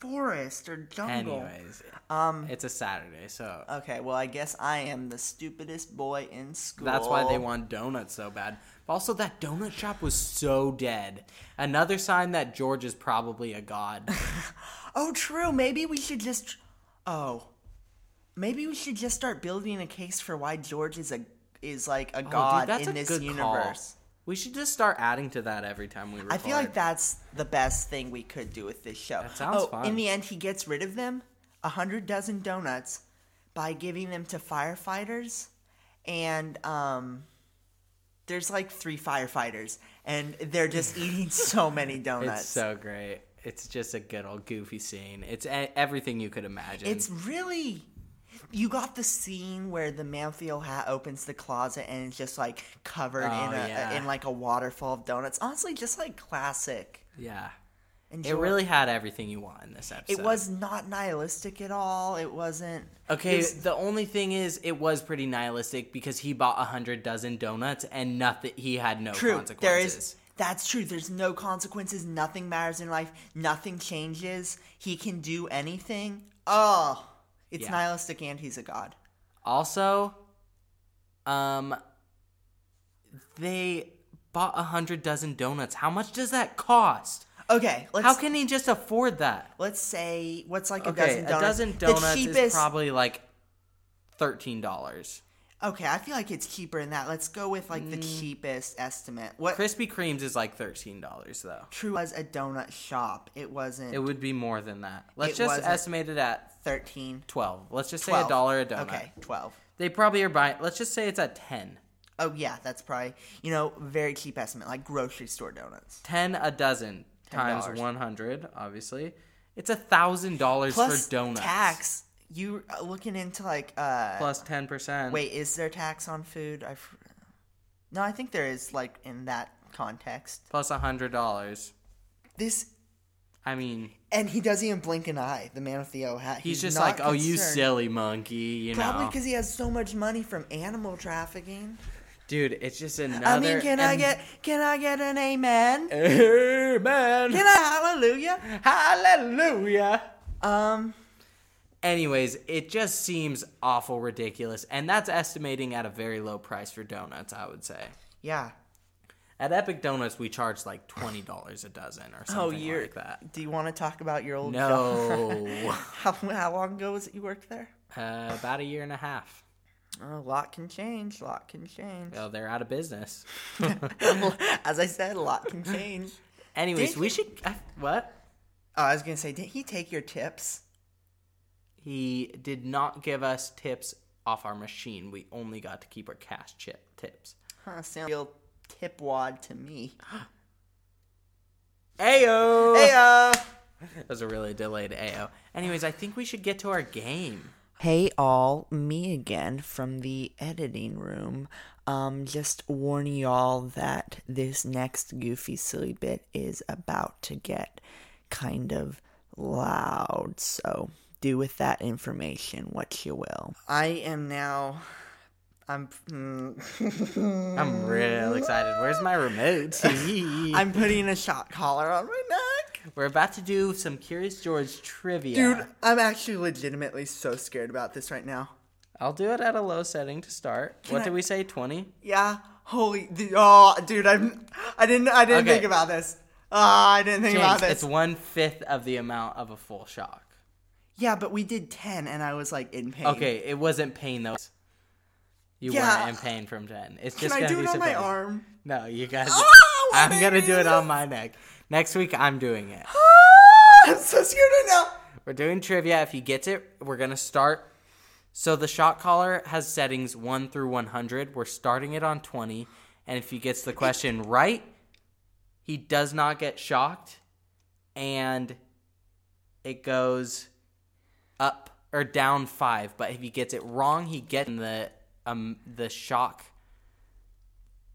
forest or jungle.
anyways, um, it's a Saturday, so
Okay, well I guess I am the stupidest boy in school.
that's why they want donuts so bad. Also, that donut shop was so dead. Another sign that George is probably a god.
Oh, true. Maybe we should just. Oh, maybe we should just start building a case for why George is a is like a
Oh,
god
dude, that's
in
a
this
good
universe.
Call. We should just start adding to that every time we record.
I feel like that's the best thing we could do with this show.
That sounds
oh, in
fun.
the end, he gets rid of them a hundred dozen donuts by giving them to firefighters, and um, there's like three firefighters, and they're just eating so many donuts.
It's so great. It's just a good old goofy scene. It's e everything you could imagine.
It's really. You got the scene where the Manfield hat opens the closet and it's just like covered
Oh,
in a
yeah.
in like a waterfall of donuts. Honestly, just like classic.
yeah.
And
It
George-
really had everything you want in this
It
episode.
was not nihilistic at all. It wasn't.
okay.
it was-
the only thing is, it was pretty nihilistic because he bought a hundred dozen donuts and nothing. He had no
true.
consequences.
There is. That's true. There's no consequences. Nothing matters in life. Nothing changes. He can do anything. Oh, it's
Yeah.
nihilistic and he's a god.
Also, um, they bought a hundred dozen donuts. How much does that cost?
Okay, let's
How can he just afford that?
let's say what's like
Okay,
a dozen
a
donuts.
dozen
The
donuts is
cheapest-
probably like thirteen dollars.
Okay, I feel like it's cheaper than that. Let's go with like the
Mm.
cheapest estimate. What
Krispy Kreme's is like thirteen dollars though.
true was a donut shop? It wasn't
It would be more than that. Let's
It
just
wasn't.
estimate it at
thirteen.
twelve. Let's just say
12.
a dollar a donut.
Okay, twelve.
They probably are buying. Let's just say it's at ten.
Oh yeah, that's probably you know very cheap estimate, like grocery store donuts.
Ten a dozen
$10.
times one hundred. Obviously, it's a thousand dollars for
Plus
donuts.
tax. You uh, looking into like uh
plus ten percent.
wait, is there tax on food? I f- no, I think there is like in that context.
plus a hundred dollars.
This
I mean,
and he doesn't even blink an eye. The man with the O hat.
he's, just
not
like, oh, you
concerned."
silly monkey. You
Probably
know,
because he has so much money from animal trafficking.
dude, it's just another.
I mean, can I get can I get an amen?
Amen.
Can I hallelujah?
Hallelujah.
Um,
Anyways, it just seems awful ridiculous, and that's estimating at a very low price for donuts, I would say.
yeah.
At Epic Donuts, we charge like twenty dollars a dozen or something
Oh, you're. Oh,
like that.
Do you want to talk about your old job?
No,
how how long ago was it you worked there?
uh, about a year and a half.
Oh, a lot can change. A lot can change.
Well, they're out of business.
As I said, a lot can change.
Anyways,
Did
we
he-
should. I, what?
Oh, I was gonna say, did he take your tips?
He did not give us tips off our machine. We only got to keep our cash chip tips.
Huh, sound real tip wad to me.
Ayo.
Heyo.
That was a really delayed AO. Anyways, I think we should get to our game.
Hey all, me again from the editing room. Um, just warn y'all that this next goofy silly bit is about to get kind of loud, so do with that information what you will. I am now I'm mm,
I'm real excited. Where's my remote?
I'm putting a shot collar on my neck.
We're about to do some Curious George trivia.
Dude, I'm actually legitimately so scared about this right now.
I'll do it at a low setting to start. what
I-
did we say? 20?
Yeah. Holy the, oh dude, I'm I didn't I didn't
Okay.
think about this. Ah, I didn't think about
James,
this.
it's one fifth of the amount of a full shock.
Yeah, but we did 10 and I was like in pain.
Okay, it wasn't pain though. You
Yeah.
weren't in pain from 10. It's
Can
just
I
gonna
do
be
it on my
some pain.
arm?
No, you guys.
Oh, why
I'm
did
gonna
you
do
do
it on
this?
my neck. Next week, I'm doing it.
Ah, I'm so scared right now.
We're doing trivia. If he gets it, we're gonna start. So the shot caller has settings one through one hundred. We're starting it on twenty, and if he gets the question right, he does not get shocked, and it goes up or down five. But if he gets it wrong, he gets the um the shock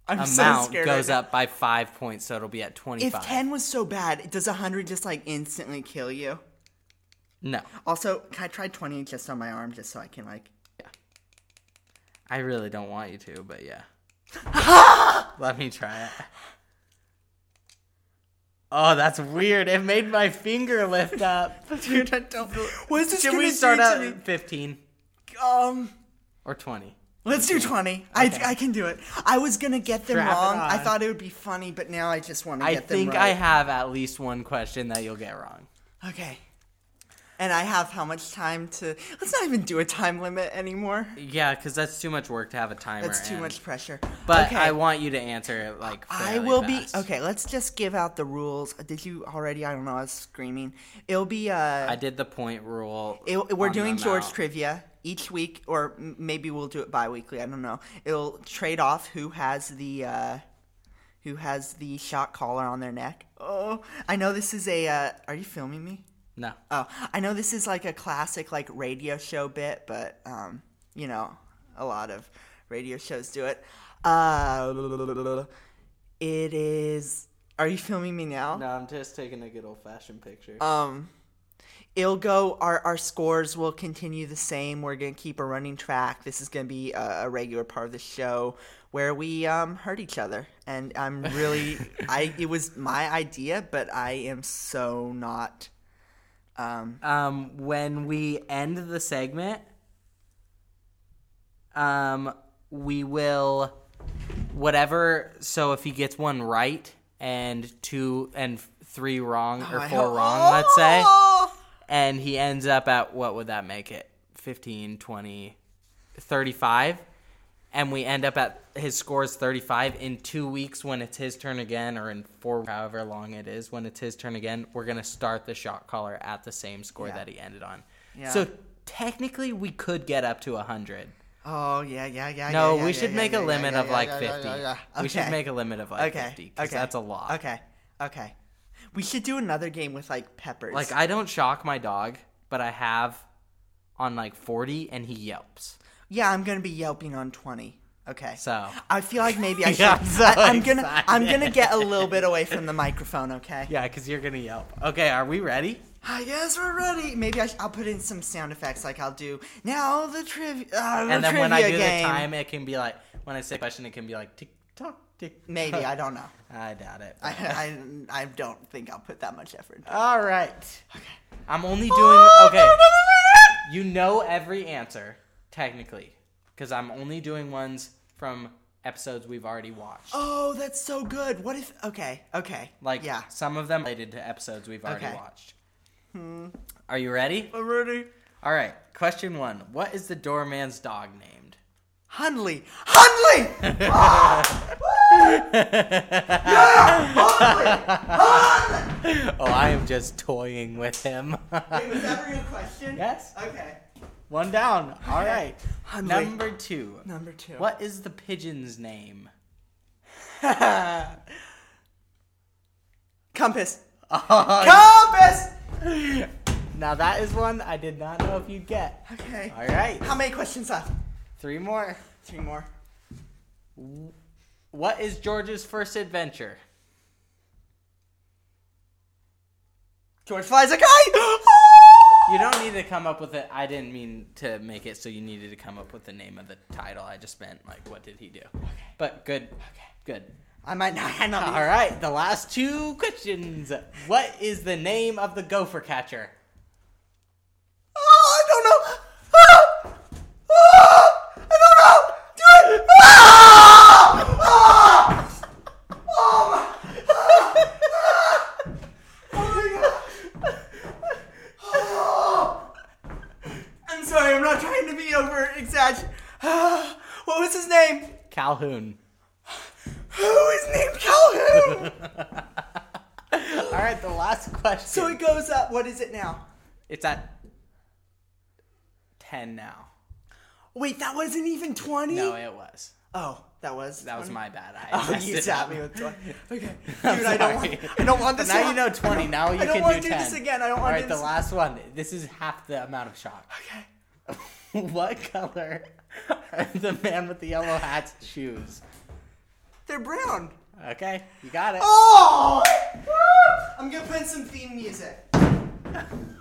I'm so
amount
scared.
goes
right now.
up by five points, so it'll be at twenty
If
five.
10 was so bad, does 100 just like instantly kill you?
no,
Also, can I try 20 just on my arm just so I can like
I really don't want you to, but yeah. Let me try it. Oh, that's weird. It made my finger lift up.
Dude, I don't What is this
Should
gonna
we start
do
out
to me?
at 15
Um,
or 20?
let's do 20. I, I can do it. I was gonna get them
Strap it
wrong. I
on.
thought it would be funny, but now I just want to
I
get them
think I
right.
have at least one question that you'll get wrong.
Okay. And I have how much time to? Let's not even do a time limit anymore.
Yeah, because that's too much work to have a timer.
That's too
and-
much pressure.
But
okay.
I want you to answer it like.
I
fairly
will
fast.
be okay. Let's just give out the rules. Did you already? I don't know. I was screaming. It'll be uh,
I did the point rule.
it, we're
on
doing
the
George
amount.
trivia each week, or m- maybe we'll do it bi-weekly. I don't know. It'll trade off who has the uh, who has the shot collar on their neck. Oh, I know this is a. Uh, are you filming me?
No.
Oh, I know this is like a classic like radio show bit, but um, you know, a lot of radio shows do it. Uh, it is. Are you filming me now?
No, I'm just taking a good old fashioned picture.
Um, it'll go. Our our scores will continue the same. We're gonna keep a running track. This is gonna be a, a regular part of the show where we um hurt each other. And I'm really, I it was my idea, but I am so not.
um, when we end the segment, um, we will whatever. So if he gets one right and two and three wrong or
Oh, I
four
hope-
wrong, let's say,
Oh!
and he ends up at what would that make it? 15, 20, 35. And we end up at his score is 35. In two weeks, when it's his turn again, or in four, however long it is, when it's his turn again, we're going to start the shot caller at the same score that he ended on.
Yeah.
So technically, we could get up to 100.
Oh yeah, yeah, yeah.
No,
yeah,
we
yeah,
should
yeah,
make
yeah,
a
yeah,
limit
yeah,
of
yeah,
like
yeah, yeah,
50.
yeah, yeah.
We should
Okay.
make a limit of like 50 because that's a lot.
Okay, okay. We should do another game with like peppers.
Like, I don't shock my dog, but I have on like 40 and he yelps.
yeah, I'm gonna be yelping on twenty. Okay.
So.
I feel like maybe I should.
Yeah, I'm so
I, I'm gonna. I'm gonna
excited.
get a little bit away from the microphone. Okay.
Yeah, because you're gonna yelp. Okay, are we ready?
I guess we're ready. Maybe I sh- I'll put in some sound effects. Like I'll do now the trivia. Uh, the
And then when I
trivia
do
game.
the time, it can be like when I say question, it can be like tick tock tick.
Maybe I don't know.
I doubt it.
I, I I don't think I'll put that much effort.
All right. I'm only doing
Oh,
okay.
no, no, no, no, no.
You know every answer technically, because I'm only doing ones from episodes we've already watched.
Oh, that's so good. What if? Okay, okay.
Like
yeah.
some of them related to episodes we've already
Okay. Hmm.
watched. Are you ready?
I'm ready.
All right. Question one: What is the doorman's dog named?
Hundley. Hundley.
Oh, I am just toying with him.
was that a real question?
yes.
Okay.
One down. All right.
Hundley.
Number two.
Number two.
What is the pigeon's name?
Compass.
now
Compass.
that is one I did not know if you'd get.
Okay.
All right.
How many questions left?
Three more.
Three more.
What is George's first adventure?
George flies a kite.
You don't need to come up with it. I didn't mean to make it so you needed to come up with the name of the title. I just meant like, what did he do? But good. Good.
I might not. I
All right. The last two questions. What is the name of the gopher catcher?
Oh, I don't know. Ah! Ah! I don't know. Do it. Ah! Ah! Oh my. Ah! Oh my God. Ah! I'm sorry. I'm not trying to be over exagger. Ah, what was his name?
Calhoun.
Who is named Calhoun?
All right. The last question.
so it goes up. What is it now?
it's at ten now.
Wait, that wasn't even twenty.
No, it was.
Oh, that was
That was
20?
my bad. I
Oh,
messed
you
it
tapped
up.
me with 20. Okay.
I'm
Dude, I don't, want,
sorry.
I don't want this
now
to
you know
hap- I
20.
don't-
Now you
I don't
can
want
do
to do
10.
this again. I don't
All
want
right,
to do this
the last one. This is half the amount of shock.
Okay.
what color are the man with the yellow hat's shoes?
They're brown.
Okay, you got it.
Oh! I'm going to put in some theme music.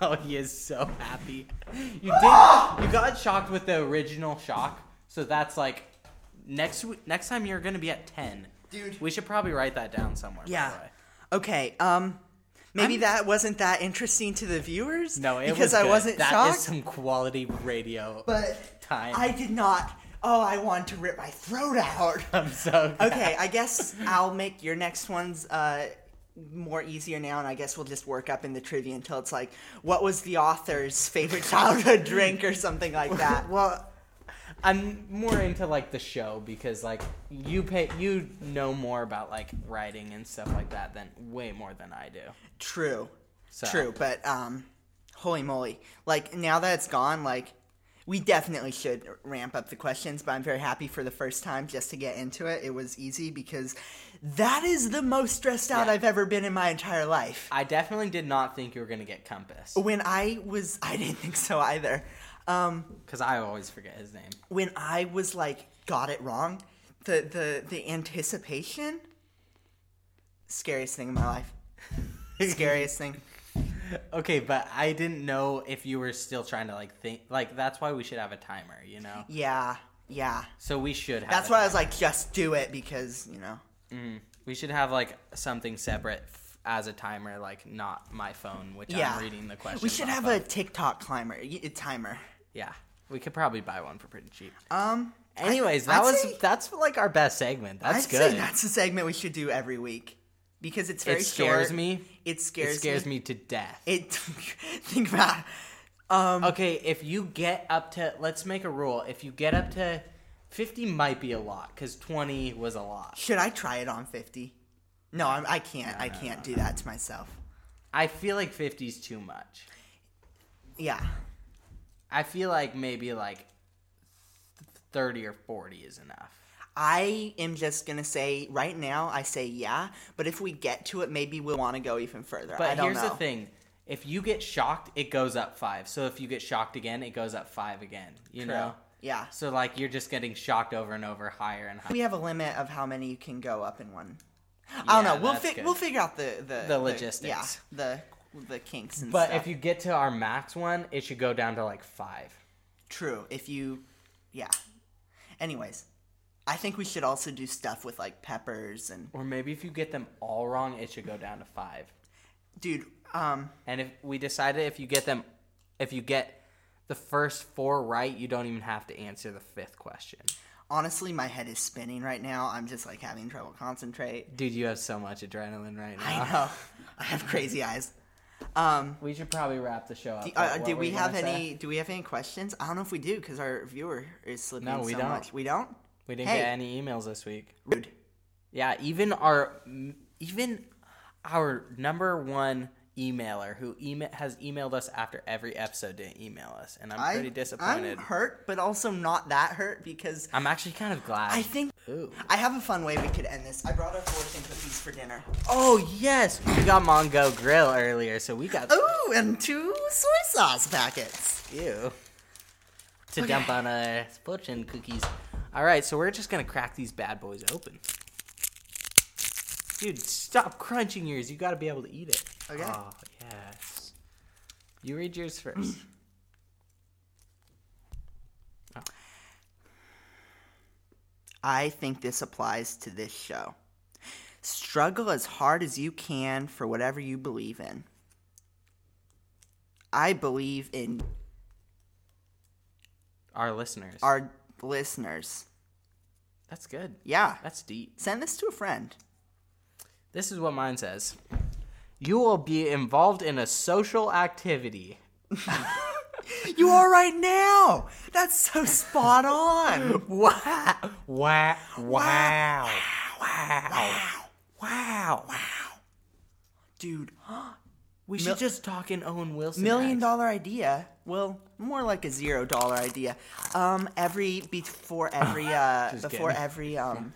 Oh, he is so happy. You did. You got shocked with the original shock, so that's like next w- next time you're gonna be at ten.
Dude.
we should probably write that down somewhere. by
Yeah.
the way.
Okay. Um maybe
I'm-
that wasn't that interesting to the viewers
No, it
because
was
I
good.
wasn't
That is
shocked,
some quality radio.
but
time.
I did not. Oh, I wanted to rip my throat out.
I'm so glad.
Okay, I guess I'll make your next ones uh, more easier now, and I guess we'll just work up in the trivia until it's like, what was the author's favorite childhood drink or something like that.
Well, I'm more into like the show because like you pay you know more about like writing and stuff like that than way more than I do.
True,
So.
true, but um, holy moly! Like now that it's gone, like we definitely should ramp up the questions. But I'm very happy for the first time just to get into it. It was easy because that is the most stressed out
Yeah.
I've ever been in my entire life.
I definitely did not think you were gonna get Compass
When I was, I didn't think so either. Um,
because I always forget his name.
when I was like got it wrong, the the the anticipation, scariest thing in my life, scariest thing.
Okay, but I didn't know if you were still trying to like think like that's why we should have a timer, you know.
Yeah, yeah.
So we should have.
That's
a
why I
timer.
was like, just do it because you know.
we should have like something separate f- as a timer, like not my phone, which
Yeah.
I'm reading the question.
We should have a TikTok climber y- timer.
yeah. We could probably buy one for pretty cheap.
Um. I-
Anyways, that
I'd
was
say-
that's like our best segment. That's
I'd
good.
Say that's a segment we should do every week because it's very
it scares
short.
me.
It scares,
It scares
me.
me to death.
It think about. it. Um.
okay, if you get up to let's make a rule. If you get up to 50 might be a lot cuz 20 was a lot.
Should I try it on fifty? No, I'm, I can't. I can't do that to myself.
I feel like 50's too much.
Yeah.
I feel like maybe like 30 or 40 is enough.
I am just gonna say right now. I say yeah, but if we get to it, maybe we'll want to go even further. I
But
don't
here's
know.
the thing. If you get shocked, it goes up 5. So if you get shocked again, it goes up 5 again, you know.
Yeah,
So like you're just getting shocked over and over higher and higher.
we have a limit of how many you can go up in one. I
Yeah,
don't know. We'll
that's
fi-
good.
we'll figure out the the,
logistics.
yeah, the the kinks and
But
stuff.
if you get to our max one, it should go down to like five.
true, if you, yeah. Anyways, I think we should also do stuff with like peppers and
Or maybe if you get them all wrong, it should go down to five.
dude. Um,
And if we decided if you get them, if you get the first four right, you don't even have to answer the fifth question.
honestly, my head is spinning right now. I'm just like having trouble concentrate.
Dude, you have so much adrenaline right now.
I know. I have crazy eyes. Um,
We should probably wap the show up. but
uh,
what
do
were
we
you gonna
have
say?
any? Do we have any questions? I don't know if we do because our viewer is slipping
No, we
so
don't.
much. We don't.
We didn't
Hey.
get any emails this week.
Rude.
Yeah, even our even our number one emailer who email has emailed us after every episode didn't email us, and I'm
I-
pretty disappointed.
I'm hurt, but also not that hurt because
I'm actually kind of glad.
I think
Ooh.
I have a fun way we could end this. I brought up fortune cookies for dinner.
Oh yes, we got Mongo Grill earlier, so we got
Oh, and two soy sauce packets.
you to dump on uh, a fortune cookies. All right, so we're just gonna crack these bad boys open. Dude, stop crunching yours. You gotta be able to eat it.
Okay.
Oh yes. You read yours first.
I think this applies to this show. Struggle as hard as you can for whatever you believe in. I believe in
Our listeners.
our listeners.
That's good.
Yeah.
That's deep.
Send this to a friend.
This is what mine says. You will be involved in a social activity.
You are right now. That's so spot on.
Wow. Wow. Wow. Wow. Wow. Wow.
Dude,
We should just talk in Owen Wilson.
million
act.
dollar idea. Well, more like a zero dollar idea. Um, every before every uh
Just
before
kidding.
every um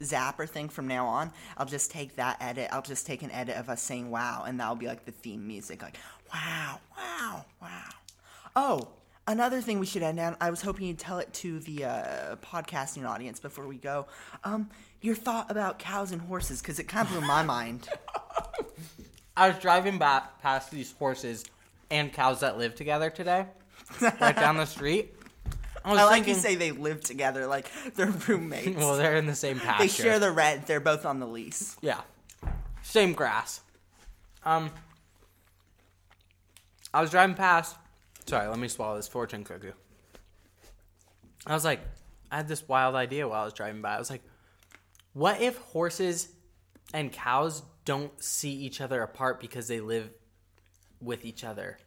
zapper thing from now on, I'll just take that edit. I'll just take an edit of us saying wow, and that'll be like the theme music, like wow, wow, wow. Oh, another thing we should end on. I was hoping you'd tell it to the uh, podcasting audience before we go. Um, your thought about cows and horses, because it kind of blew my mind.
I was driving back past these horses and cows that live together today, right down the street. I was
I like
thinking,
you say they live together, like they're roommates.
well, they're in the same pasture.
They share the rent. They're both on the lease.
Yeah. Same grass. Um I was driving past sorry, let me swallow this fortune cookie. I was like, I had this wild idea while I was driving by. I was like, what if horses and cows don't see each other apart because they live with each other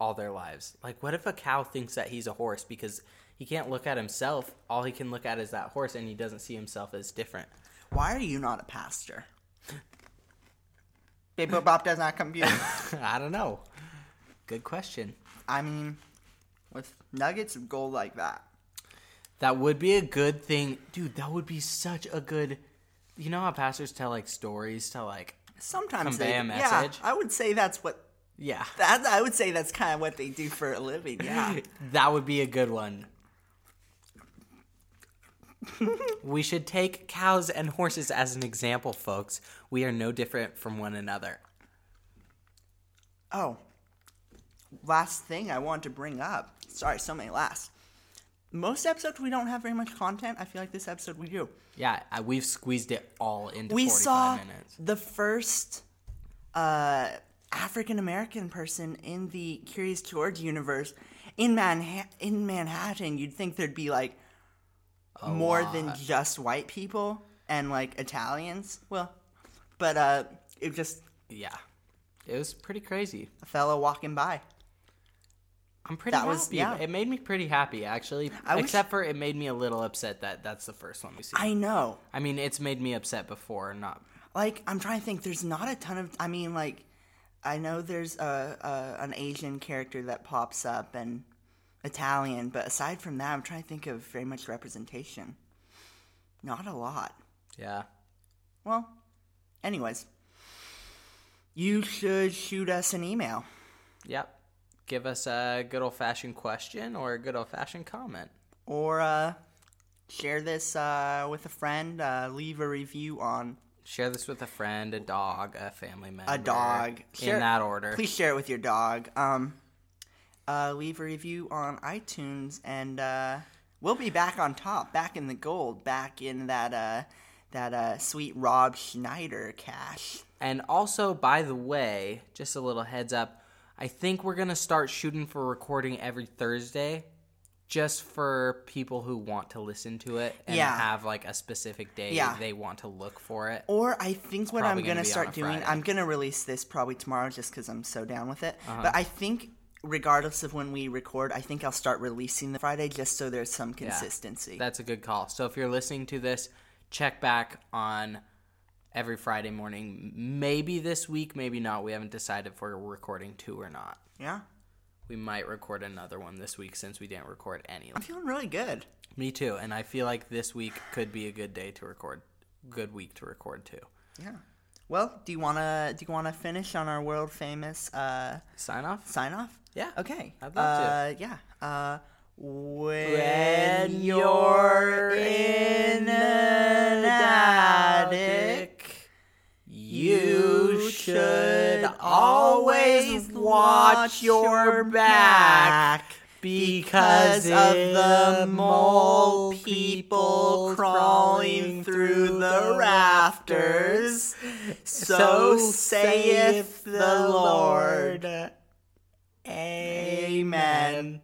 all their lives? Like what if a cow thinks that he's a horse because he can't look at himself, all he can look at is that horse and he doesn't see himself as different.
Why are you not a pastor? Big Bo Bop does not compute.
I don't know. Good question.
I mean, with nuggets of gold like that.
That would be a good thing, dude. That would be such a good. You know how pastors tell like stories to like,
Sometimes
Convey
they,
a message.
Yeah, I would say that's what
yeah.
that I would say that's kind of what they do for a living. Yeah.
That would be a good one. we should take cows and horses as an example, folks. We are no different from one another.
Oh, last thing I wanted to bring up. Sorry, so many last. Most episodes we don't have very much content. I feel like this episode we do.
Yeah, I- we've squeezed it all into
we
45
saw
minutes.
the first uh, African American person in the Curious George universe in Manha- in Manhattan. You'd think there'd be like more than just white people and like Italians. Well, but uh, it was just
Yeah, it was pretty crazy.
a fellow walking by.
I'm pretty
That
happy.
was- yeah.
It made me pretty happy actually.
I wish-
Except for it made me a little upset that that's the first one we see. I,
I know.
mean, it's made me upset before, not
Like I'm trying to think. There's not a ton of. I mean, like I know there's a, a an Asian character that pops up and Italian, but aside from that, I'm trying to think of very much representation. Not a lot.
yeah.
Well, anyways, you should shoot us an email.
Yep. Give us a good old fashioned question or a good old fashioned comment.
or uh, share this uh, with a friend. Uh, leave a review on
Share this with a friend, a dog, a family member.
a dog. Share-
in that order.
Please share it with your dog. Um, uh, leave a review on iTunes, and uh, we'll be back on top, back in the gold, back in that uh, that uh, sweet Rob Schneider cash.
And also, by the way, just a little heads up, I think we're going to start shooting for recording every Thursday just for people who want to listen to it and
Yeah.
have like a specific day
Yeah.
they want to look for it.
Or I think what I'm
probably
gonna,
gonna be on
start
a
doing,
Friday.
I'm gonna release this probably tomorrow, just because I'm so down with it.
Uh-huh.
But I think, regardless of when we record, I think I'll start releasing the Friday just so there's some consistency.
That's a good call. So if you're listening to this, check back on every Friday morning. Maybe this week, maybe not. We haven't decided if we're recording two or not.
yeah,
We might record another one this week since we didn't record any.
I'm feeling really good.
Me too. And I feel like this week could be a good day to record. Good week to record too.
Yeah. Well, do you wanna do you wanna finish on our world famous uh,
Sign off.
sign off?
Yeah.
Okay.
I'd love
uh, to. Yeah. Uh, when you're in an attic.
you should always watch your back because of the mole people crawling through the rafters. So saith the Lord. Amen.